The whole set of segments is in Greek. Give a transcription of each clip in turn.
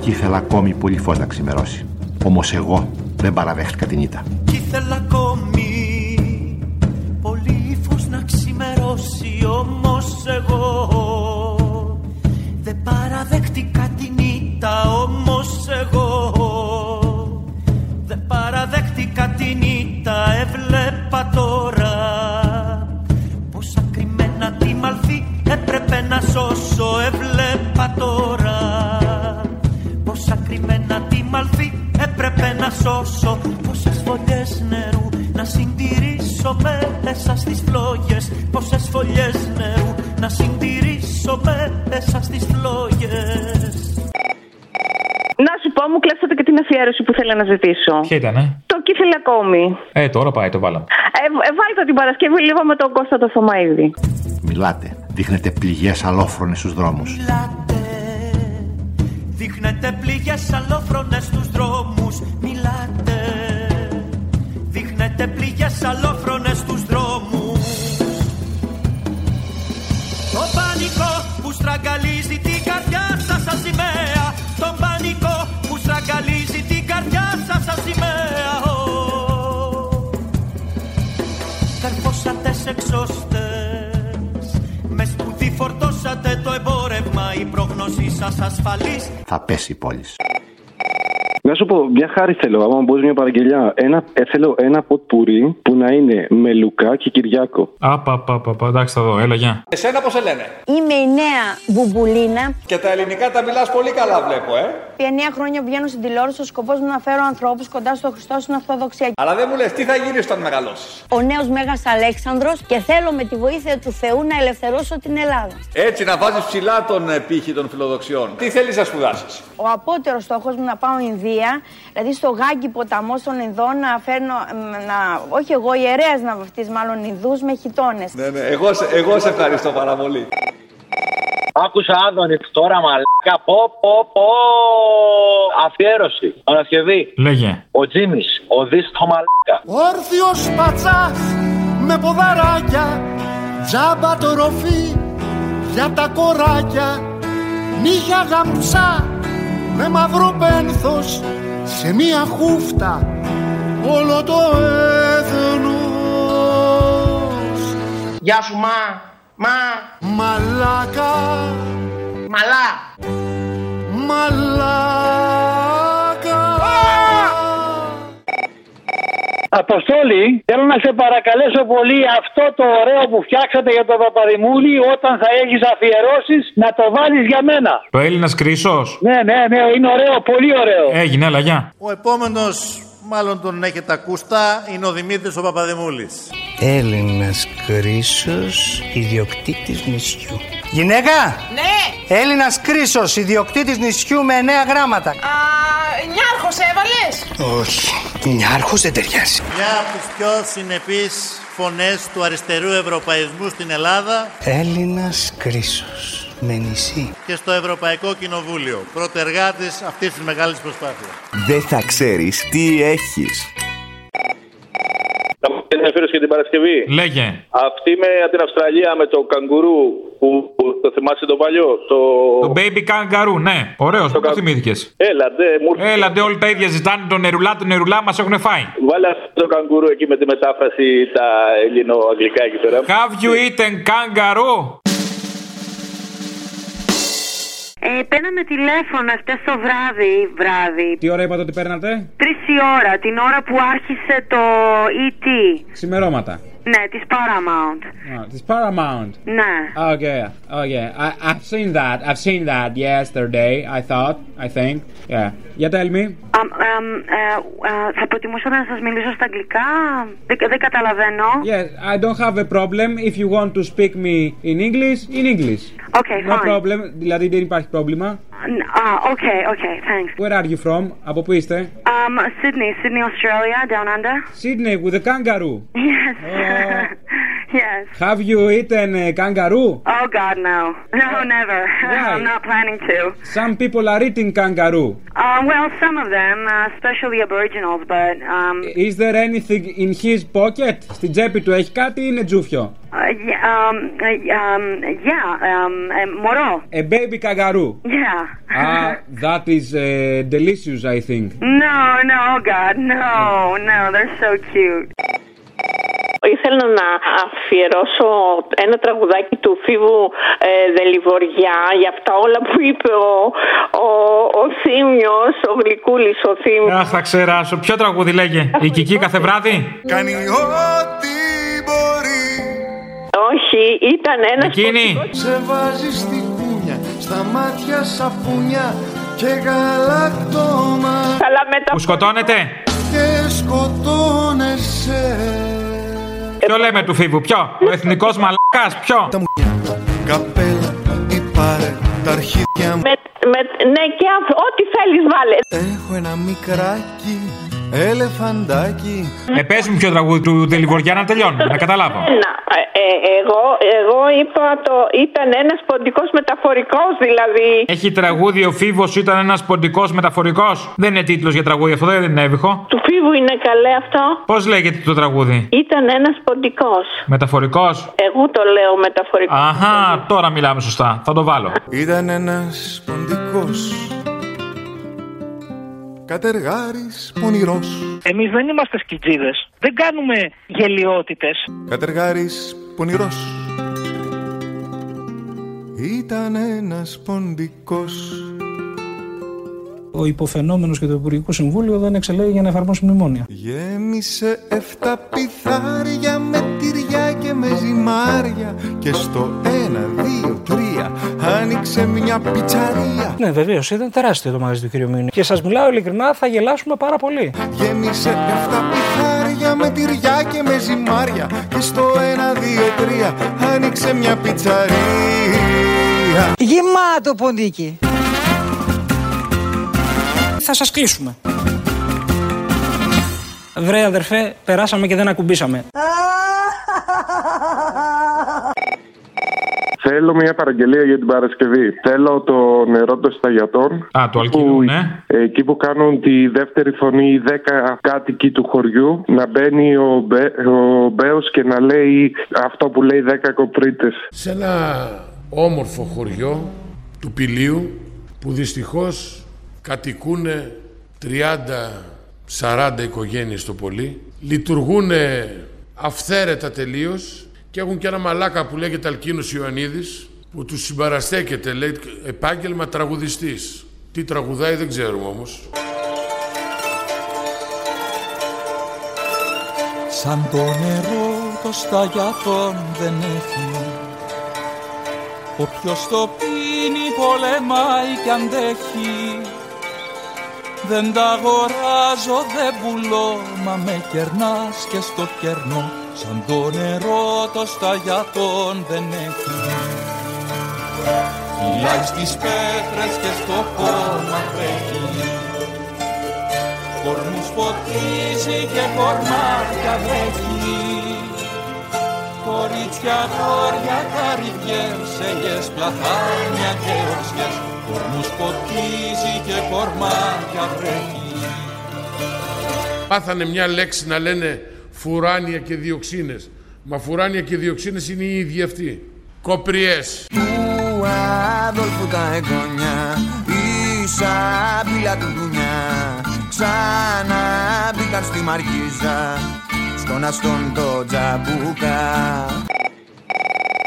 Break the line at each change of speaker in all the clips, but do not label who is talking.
Κι ήθελα ακόμη πολύ φως να ξημερώσει. Όμως εγώ δεν παραδέχτηκα την ήττα.
Κι ήθελα ακόμη πολύ φως να ξημερώσει Όμως εγώ δεν παραδέχτηκα την ήττα Όμως εγώ δεν παραδέχτηκα την ήττα Έβλεπα τώρα πόσα κρυμμένα τη μαλθή έπρεπε να σώσω Έβλεπα τώρα πόσα κρυμμένα τη μαλθή έπρεπε να σώσω Πόσες φωλιές νερού να συντηρήσω μέσα στις φλόγες Πόσες φωλιές νερού να συντηρήσω μέσα στις φλόγες
Να σου πω, μου κλέψατε και την αφιέρωση που θέλω να ζητήσω.
Ποια ήταν, ε?
Το κύφελα ακόμη.
ε, τώρα πάει, το βάλαμε.
Ε, ε, βάλτε την Παρασκευή λίγο με τον Κώστα το Θωμαίδη.
Μιλάτε, δείχνετε πληγές αλόφρονες στους δρόμους.
Μιλάτε, δείχνετε πληγές αλόφρονες στους δρόμους Μιλάτε, δείχνετε πληγές αλόφρονες στους δρόμους Το πανικό που στραγγαλίζει την καρδιά σας σαν σημαία Το πανικό που στραγγαλίζει την καρδιά σας σαν σημαία Ω. Καρφώσατε σε ξώστες Με σπουδή φορτώσατε το εμπόρευμα Η πρόγνωσή σας ασφαλής
Θα πέσει η πόλης.
Να σου πω, μια χάρη θέλω, άμα μου πεις μια παραγγελιά. Ένα, ε, θέλω ένα ποτπουρί που να είναι με Λουκά και Κυριάκο.
Α, πα, πα, πα, πα, εντάξει, θα δω, Ε, έλα, γεια.
Εσένα πώς σε λένε.
Είμαι η νέα μπουμπουλίνα.
Και τα ελληνικά τα μιλάς πολύ καλά βλέπω, ε.
Επί 9 χρόνια βγαίνω στην τηλεόραση. Ο σκοπός μου να φέρω ανθρώπους κοντά στο Χριστό στην Ορθοδοξία.
Αλλά δεν μου λες τι θα γίνεις όταν μεγαλώσεις.
Ο νέος Μέγας Αλέξανδρος και θέλω με τη βοήθεια του Θεού να ελευθερώσω την Ελλάδα.
Έτσι να βάζεις ψηλά τον ε, πύχη των φιλοδοξιών. Τι θέλεις να σπουδάσεις.
Ο απότερος στόχος μου να πάω Ινδία, δηλαδή στο γάγκι ποταμό των Ινδών να φέρνω. μ, Να, όχι εγώ, ιερέας να βαφτεί μάλλον Ινδούς με χιτώνες.
Ναι, ναι, εγώ, σε- εγώ σε ευχαριστώ πάρα πολύ.
Άκουσα Άδωνη τώρα μαλάκα. Πω, πω, πω. Αφιέρωση. Ανασκευή.
Λέγε.
Ο Τζίμις. Ο Δης το μαλάκα.
Όρθιος πατσάς με ποδαράκια Τζάμπα το ροφή για τα κοράκια Νύχια γαμψά με μαύρο πένθος Σε μία χούφτα όλο το έθνος
Γεια σου, μα. Μα.
Μαλάκα,
Μαλά.
μαλάκα
Αποστόλη, θέλω να σε παρακαλέσω πολύ αυτό το ωραίο που φτιάξατε για τον Παπαδημούλη όταν θα έχεις αφιερώσεις να το βάλεις για μένα.
Το Έλληνας κρίσος.
Ναι, ναι, ναι, είναι ωραίο, πολύ ωραίο.
Έγινε, ε, έλα, γεια.
Ο επόμενος μάλλον τον έχετε ακούστα είναι ο Δημήτρης ο Παπαδημούλης
Έλληνας Κρίσος, ιδιοκτήτης νησιού. Γυναίκα! Ναι! Έλληνας Κρίσος, ιδιοκτήτης νησιού με 9 γράμματα.
Α, νιάρχος έβαλες.
Όχι, νιάρχος δεν ταιριάζει.
Μια από τις πιο συνεπείς φωνές του αριστερού ευρωπαϊσμού στην Ελλάδα
Έλληνας Κρίσος, με νησί.
και στο Ευρωπαϊκό Κοινοβούλιο. Πρωτεργάτης αυτής της μεγάλης προσπάθειας.
Δεν θα ξέρεις τι έχεις.
Να μου πείτε την αφιέρωση για την Παρασκευή.
Λέγε.
Αυτή με την Αυστραλία με το καγκουρού που, που το θυμάσαι το παλιό. Το...
Το baby kangaroo, ναι. Ωραίος, το
κα- Ε,
θυμήθηκε.
Έλα, ντε, μου ήρθε.
Έλα, ντε, όλοι τα ίδια ζητάνε τον νερουλά, τον νερουλά μας έχουν φάει.
Βάλε αυτό το καγκουρού εκεί με τη μετάφραση τα ελληνοαγγλικά εκεί πέρα.
Have you eaten kangaroo?
Ε, παίρναμε τηλέφωνο χτες το βράδυ, βράδυ.
Τι ώρα είπατε ότι παίρνατε?
Τρεις η ώρα, την ώρα που άρχισε το E ET.
Ξημερώματα.
Ναι, τη Paramount.
Τη Paramount.
Ναι.
Oh yeah, oh yeah. I, I've seen that. I've seen that yesterday. I thought. I think. Yeah. Yeah, tell me.
Α, εμ, ε, ε, θα προτιμούσα να σας μιλήσω στα αγγλικά. Δεν, δεν καταλαβαίνω.
Yes, I don't have a problem. If you want to speak me in English, in English.
Okay,
No
fine.
problem. Δηλαδή δεν υπάρχει πρόβλημα.
Ν- Α, okay, okay, thanks.
Where are you from? Από πού είστε?
Um, Sydney, Sydney, Australia, down under.
Sydney with a kangaroo.
Yes.
Oh.
Yes.
Have you eaten uh, kangaroo?
Oh God, no. No, never. I'm not planning to.
Some people are eating kangaroo.
Uh, well, some of them, uh, especially aboriginals, but um,
Is there anything in his pocket? Στην τσέπη του έχει κάτι ή είναι τζούφιο?
uh, yeah, um, uh, um, yeah, um, uh, moro.
A baby kangaroo.
Yeah.
ah, that is uh, delicious, I think.
No, no, oh God, no, no. They're so cute.
Ήθελα να αφιερώσω ένα τραγουδάκι του Φίβου ε, Δελιβοριά για αυτά όλα που είπε ο, ο, ο Θήμιος, ο Γλυκούλης, ο Θήμιος.
Αχ, θα ξεράσω. Ποιο τραγούδι λέγε. Η Κική κάθε βράδυ.
Κάνει ό,τι μπορεί. Όχι, ήταν ένας.
Εκείνη.
Σε βάζεις στη κούνια, στα μάτια σαπούνια και γαλακτόμα
Καλά μετά.
Που σκοτώνεται.
και σκοτώνεσαι.
Ποιο λέμε του Φίβου, ποιο. Ο εθνικός μαλακάς, ποιο.
Καπέλα ή πάρε τα αρχίδια μου.
Με, με- ναι, και αυτό, ό,τι θέλεις βάλε.
Έχω ένα μικράκι, ελεφαντάκι.
Ε, πες μου ποιο τραγούδι του Δελιβοριά να τελειώνουμε, να καταλάβω.
Ένα. Ε, ε, εγώ, εγώ είπα το. ήταν ένας ποντικός μεταφορικός δηλαδή.
Έχει τραγούδι ο Φίβος, ήταν ένας ποντικός μεταφορικός. Δεν είναι τίτλος για τραγούδι αυτό, δεν είναι έβυχο.
Του φίβου είναι καλέ αυτό.
Πώς λέγεται το τραγούδι,
Ήταν ένας ποντικός.
Μεταφορικός.
Εγώ το λέω μεταφορικός.
Αχά, τώρα μιλάμε σωστά. Θα το βάλω.
Ήταν ένας ποντικός Κατεργάρης πονηρός
É,
Εμείς δεν είμαστε σκιτζίδες. Δεν κάνουμε γελιότητες.
Κατεργάρης πονηρός Ήταν ένας ποντικός
Ο υποφαινόμενος και το Υπουργικό Συμβούλιο δεν εξελέγει για να εφαρμόσει μνημόνια.
Γέμισε εφτά πιθάρια με τυριά και με ζυμάρια Και στο ένα, δύο, τρία άνοιξε μια πιτσαρία
Ναι, βεβαίως, ήταν τεράστιο το μαγαζί του κ. Μιούνι. Και σας μιλάω ειλικρινά, θα γελάσουμε πάρα πολύ.
Γέμισε εφτά πιθάρια με τυριά και με ζυμάρια Και στο ένα, δύο, τρία άνοιξε μια πιτσαρία
Γεμάτο ποντίκι.
Θα σας κλείσουμε. Βρέ, αδερφέ, περάσαμε και δεν ακουμπήσαμε.
Θέλω μια παραγγελία για την Παρασκευή. Θέλω το νερό των σταγιατών.
Α, το αλκυνού, ναι.
Εκεί που κάνουν τη δεύτερη φωνή 10 κάτοικοι του χωριού, να μπαίνει ο, Μπέ, ο Μπέος και να λέει αυτό που λέει 10 κοπρίτες.
Σε ένα όμορφο χωριό του Πηλίου που δυστυχώς κατοικούν 30-40 οικογένειες το πολύ. Λειτουργούν αυθαίρετα τελείως και έχουν και ένα μαλάκα που λέγεται Αλκίνος Ιωαννίδης που τους συμπαραστέκεται, λέει επάγγελμα τραγουδιστής. Τι τραγουδάει δεν ξέρουμε όμως.
Σαν το νερό το σταγιατόν δεν έχει Όποιος το πίνει πολεμάει κι αντέχει Δεν τα αγοράζω, δεν πουλώ Μα με κερνάς και στο κερνό Σαν το νερό το σταγιατόν δεν έχει Φυλάει στις πέτρες και στο κόμμα τρέχει Κορμούς ποτίζει και κορμάρια βρέχει Κορίτσια, χώρια, καρυδιές, ελιές, πλαθάνια και ορσιές Κορμούς ποτίζει και κορμάρια βρέχει
Πάθανε μια λέξη να λένε φουράνια και διοξίνες. Μα φουράνια και διοξίνες είναι οι ίδιοι αυτοί. Κοπριές.
του Αδόλφου τα εγγόνια Η σαμπίλα του Ντουνιά Ξαναμπήκαν στη Μαρκίζα Στον Αστόν το τζαμπούκα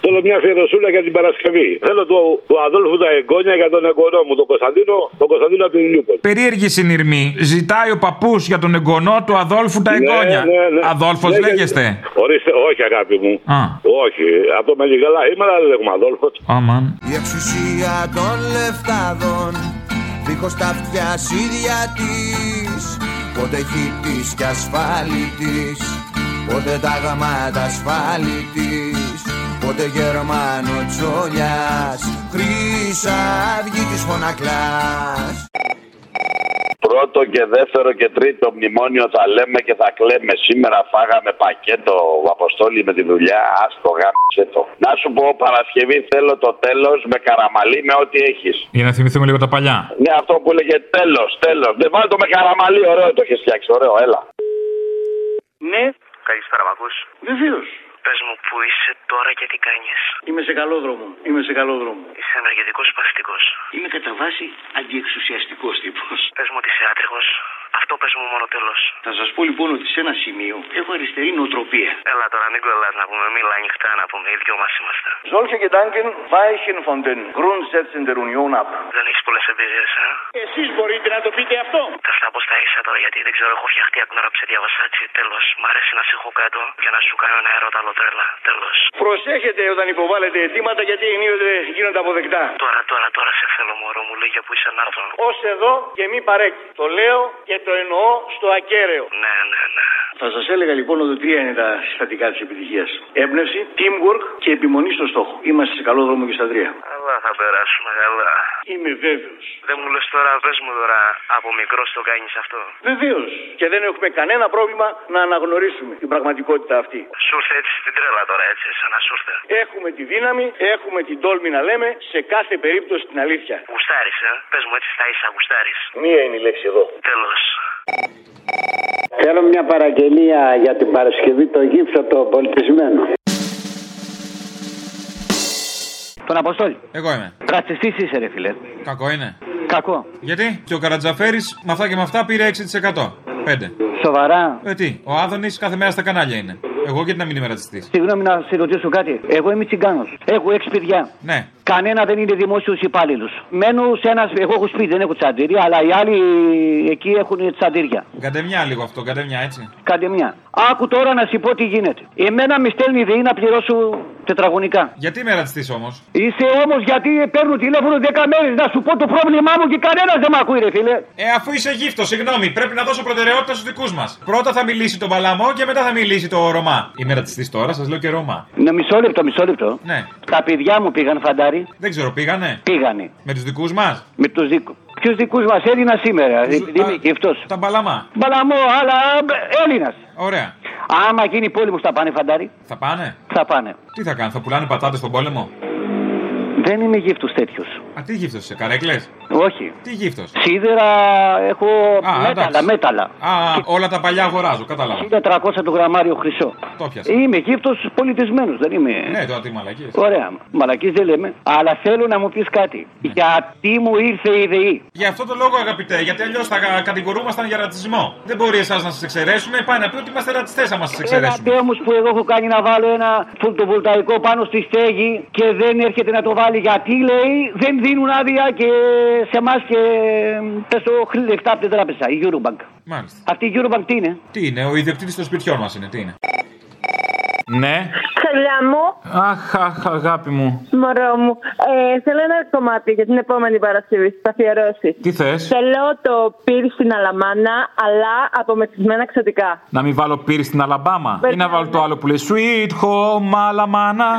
Θέλω μια αφιερωσούλα για την Παρασκευή. Θέλω του, του Αδόλφου τα εγγόνια για τον εγγονό μου, τον Κωνσταντίνο, τον Κωνσταντίνο από την Ηλιούπολη.
Περίεργη συνειρμή. Ζητάει ο παππούς για τον εγγονό του Αδόλφου τα εγγόνια. Αδόλφος
Ναι,
λέγεστε.
γιατί- Ορίστε, όχι αγάπη μου.
Α.
Όχι, από το Μελιγαλά είμαι, αλλά δεν λέγουμε Αδόλφος.
Αμαν.
Η εξουσία των λεφτάδων Δίχως τα αυτιά ίδια της Πότε χιτής και ασφάλιτης Πότε τα γαμάτα ασφάλιτης Πότε Γερμάνο τσόλιας Χρυσαυγή της φωνακλάς
πρώτο και δεύτερο και τρίτο μνημόνιο θα λέμε και θα κλαίμε. Σήμερα φάγαμε πακέτο Αποστόλη με τη δουλειά. Άστο γάμισε το. Να σου πω Παρασκευή θέλω το τέλος με καραμαλί με ό,τι έχεις.
Για να θυμηθούμε λίγο τα παλιά.
Ναι, αυτό που λέγε τέλος, τέλος. Δεν βάλω το με καραμαλί, ωραίο το έχεις φτιάξει, ωραίο, έλα.
Ναι. Καλησπέρα, μ' ακούς.
Βεβαίως.
Πες μου που είσαι τώρα και τι κάνεις.
Είμαι σε καλό δρόμο. Είμαι σε καλό δρόμο.
Είσαι ενεργητικός παθητικό.
Είμαι κατά βάση αντιεξουσιαστικός τύπος.
Πες μου ότι είσαι άτριχος. Αυτό πες μου μόνο τέλος.
Θα σας πω λοιπόν ότι σε ένα σημείο έχω αριστερή νοοτροπία.
Έλα τώρα, μην κολλάς να πούμε. Μίλα ανοιχτά να πούμε. Οι δυο μας είμαστε.
Solche Gedanken weichen von den Grundsätzen der Union ab.
Δεν έχεις πολλές εμπειρίες, ε.
Εσείς μπορείτε να το πείτε αυτό.
Τα αυτά πώς τα είσαι τώρα, γιατί δεν ξέρω, έχω φτιαχτεί από την ώρα που σε διάβασα έτσι. Τέλος, μ' αρέσει να σε έχω κάτω για να σου κάνω ένα ερώτα άλλο τρέλα. Τέλος.
Προσέχετε όταν υποβάλλετε αιτήματα γιατί ενίοτε γίνονται αποδεκτά.
Τώρα, τώρα, τώρα σε θέλω, μωρό μου, λέγε που είσαι να έρθω.
Ως εδώ και μη παρέκει. Το λέω και το εννοώ στο ακέραιο.
Ναι, ναι, ναι.
Θα σας έλεγα λοιπόν ότι τρία είναι τα συστατικά της επιτυχίας: έμπνευση, teamwork και επιμονή στο στόχο. Είμαστε σε καλό δρόμο και στα τρία.
Αλλά θα περάσουμε καλά.
Είμαι βέβαιος.
Δεν μου λες τώρα, πες μου τώρα, από μικρό το κάνεις αυτό.
Βεβαίως. Και δεν έχουμε κανένα πρόβλημα να αναγνωρίσουμε την πραγματικότητα αυτή.
Σου ήρθε έτσι στην τρέλα τώρα, έτσι, σαν να σου ήρθε.
Έχουμε τη δύναμη, έχουμε την τόλμη να λέμε σε κάθε περίπτωση την αλήθεια.
Γουστάρι, ε. Πες μου έτσι, θα είσαι αγουστάρι.
Μία είναι η λέξη εδώ.
Τέλος.
Θέλω μια παραγγελία για την Παρασκευή το γύψο το πολιτισμένο.
Τον Αποστόλη.
Εγώ είμαι.
Ρατσιστής είσαι, ρε φίλε.
Κακό είναι.
Κακό.
Γιατί και ο Καρατζαφέρης με αυτά και με αυτά πήρε 6%. 5.
Σοβαρά.
Ε, τι, ο Άδωνης κάθε μέρα στα κανάλια είναι. Εγώ γιατί να μην είμαι ρατσιστής.
Συγγνώμη να σε ρωτήσω κάτι. Εγώ είμαι τσιγκάνος. Έχω έξι παιδιά.
Ναι.
Κανένα δεν είναι δημόσιος υπάλληλος. Μένω σε ένας. Εγώ έχω σπίτι, δεν έχω τσαντήρια, αλλά οι άλλοι εκεί έχουν τσαντήρια.
Καντεμιά λίγο αυτό, καντεμιά έτσι.
Κάντε μια. Άκου τώρα να σου πω τι γίνεται. Εμένα με στέλνει η ΔΕΗ να πληρώσω τετραγωνικά.
Γιατί είμαι ρατσιστή όμως.
Είσαι όμως γιατί παίρνω τηλέφωνο 10 μέρες να σου πω το πρόβλημά μου και κανένας δεν με ακούει, ρε φίλε.
Ε, αφού είσαι γύφτος, συγγνώμη, πρέπει να δώσω προτεραιότητα στους δικούς μας. Πρώτα θα μιλήσει τον Παλαμό και μετά θα μιλήσει το Ρωμά. Είμαι ρατσιστή τώρα, σας λέω και Ρωμά.
Ναι, μισό λεπτό, μισό λεπτό.
Ναι.
Τα παιδιά μου πήγαν φαντάρι.
Δεν ξέρω, πήγανε.
Πήγανε.
Με τους δικούς μας.
Με τους δικού. Ποιους δικούς μας Έλληνας σήμερα, επειδή είμαι γυφτό.
Τα Παλαμά.
Μπαλαμό, αλλά Έλληνας.
Ωραία.
Άμα γίνει η πόλεμος, θα πάνε φαντάρι.
Θα πάνε.
Θα πάνε.
Τι θα κάνουν, θα πουλάνε πατάτες στον πόλεμο.
Δεν είμαι γύφτος τέτοιος.
Α, τι γύφτος είσαι, καρέκλες.
Όχι.
Τι γύφτος.
Σίδερα έχω
Α,
μέταλλα,
εντάξει.
μέταλλα.
Α, όλα τα παλιά αγοράζω, κατάλαβα.
1400 το γραμμάριο χρυσό.
Το πιάσα.
Είμαι γύφτος πολιτισμένος, δεν είμαι.
Ναι, τώρα τι μαλακίε.
Ωραία, μαλακής δεν λέμε. Αλλά θέλω να μου πεις κάτι.
Ναι.
Γιατί μου ήρθε η ΔΕΗ.
Γι' αυτό το λόγο, αγαπητέ, γιατί αλλιώς θα κα- κατηγορούμασταν για ρατσισμό. Δεν μπορεί εσάς να σας εξαιρέσουμε. Πάει να πει ότι είμαστε ρατσιστές άμα
Ε,
σα εξαιρέσουμε.
Ένα όμως που εγώ έχω κάνει να βάλω ένα φωτοβολταϊκό πάνω στη στέγη και δεν έρχεται να το βάλει γιατί λέει δεν δίνουν άδεια και σε εμάς και ε, πες το χρ- λεφτά από την τράπεζα, η Eurobank.
Μάλιστα.
Αυτή η Eurobank τι είναι.
Τι είναι, ο ιδιοκτήτης των σπιτιών μας είναι, τι είναι. Ναι.
Καλά μου,
Αχ, αχ, αγάπη μου.
μωρό μου. Ε, θέλω ένα κομμάτι για την επόμενη Παρασκευή, τι αφιερώσεις.
Τι θες?
Θέλω το πύρι στην Αλαμάνα, αλλά από μεθυσμένα ξωτικά.
Να μην βάλω πύρη στην Αλαμπάμα. Ή να
Μπερδεύομαι.
βάλω το άλλο που λέει Sweet home Alabama.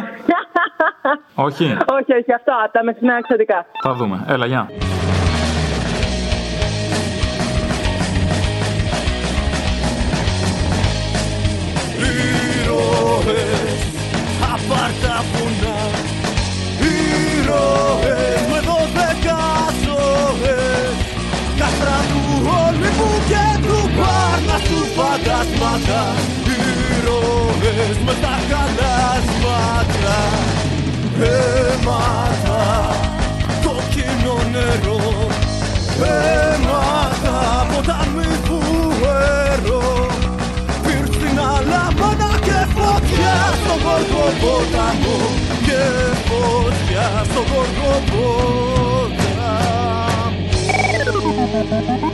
Όχι.
όχι, όχι, αυτό, τα μεθυσμένα ξωτικά.
Θα δούμε. Έλα, γεια.
Ήρωες Απάρτα βουνά Ήρωες Με δώδεκα ζωές Κάστρα του Όλυμπου και του Πάρνασου φαντάσματα Ήρωες με τα χαλάσματα Έμαθα το κοινό νερό Έμαθα ποτάμι που έρω στην αλάμανα και φωτιά στο γοργό ποταμό και φωτιά στο γοργό ποταμό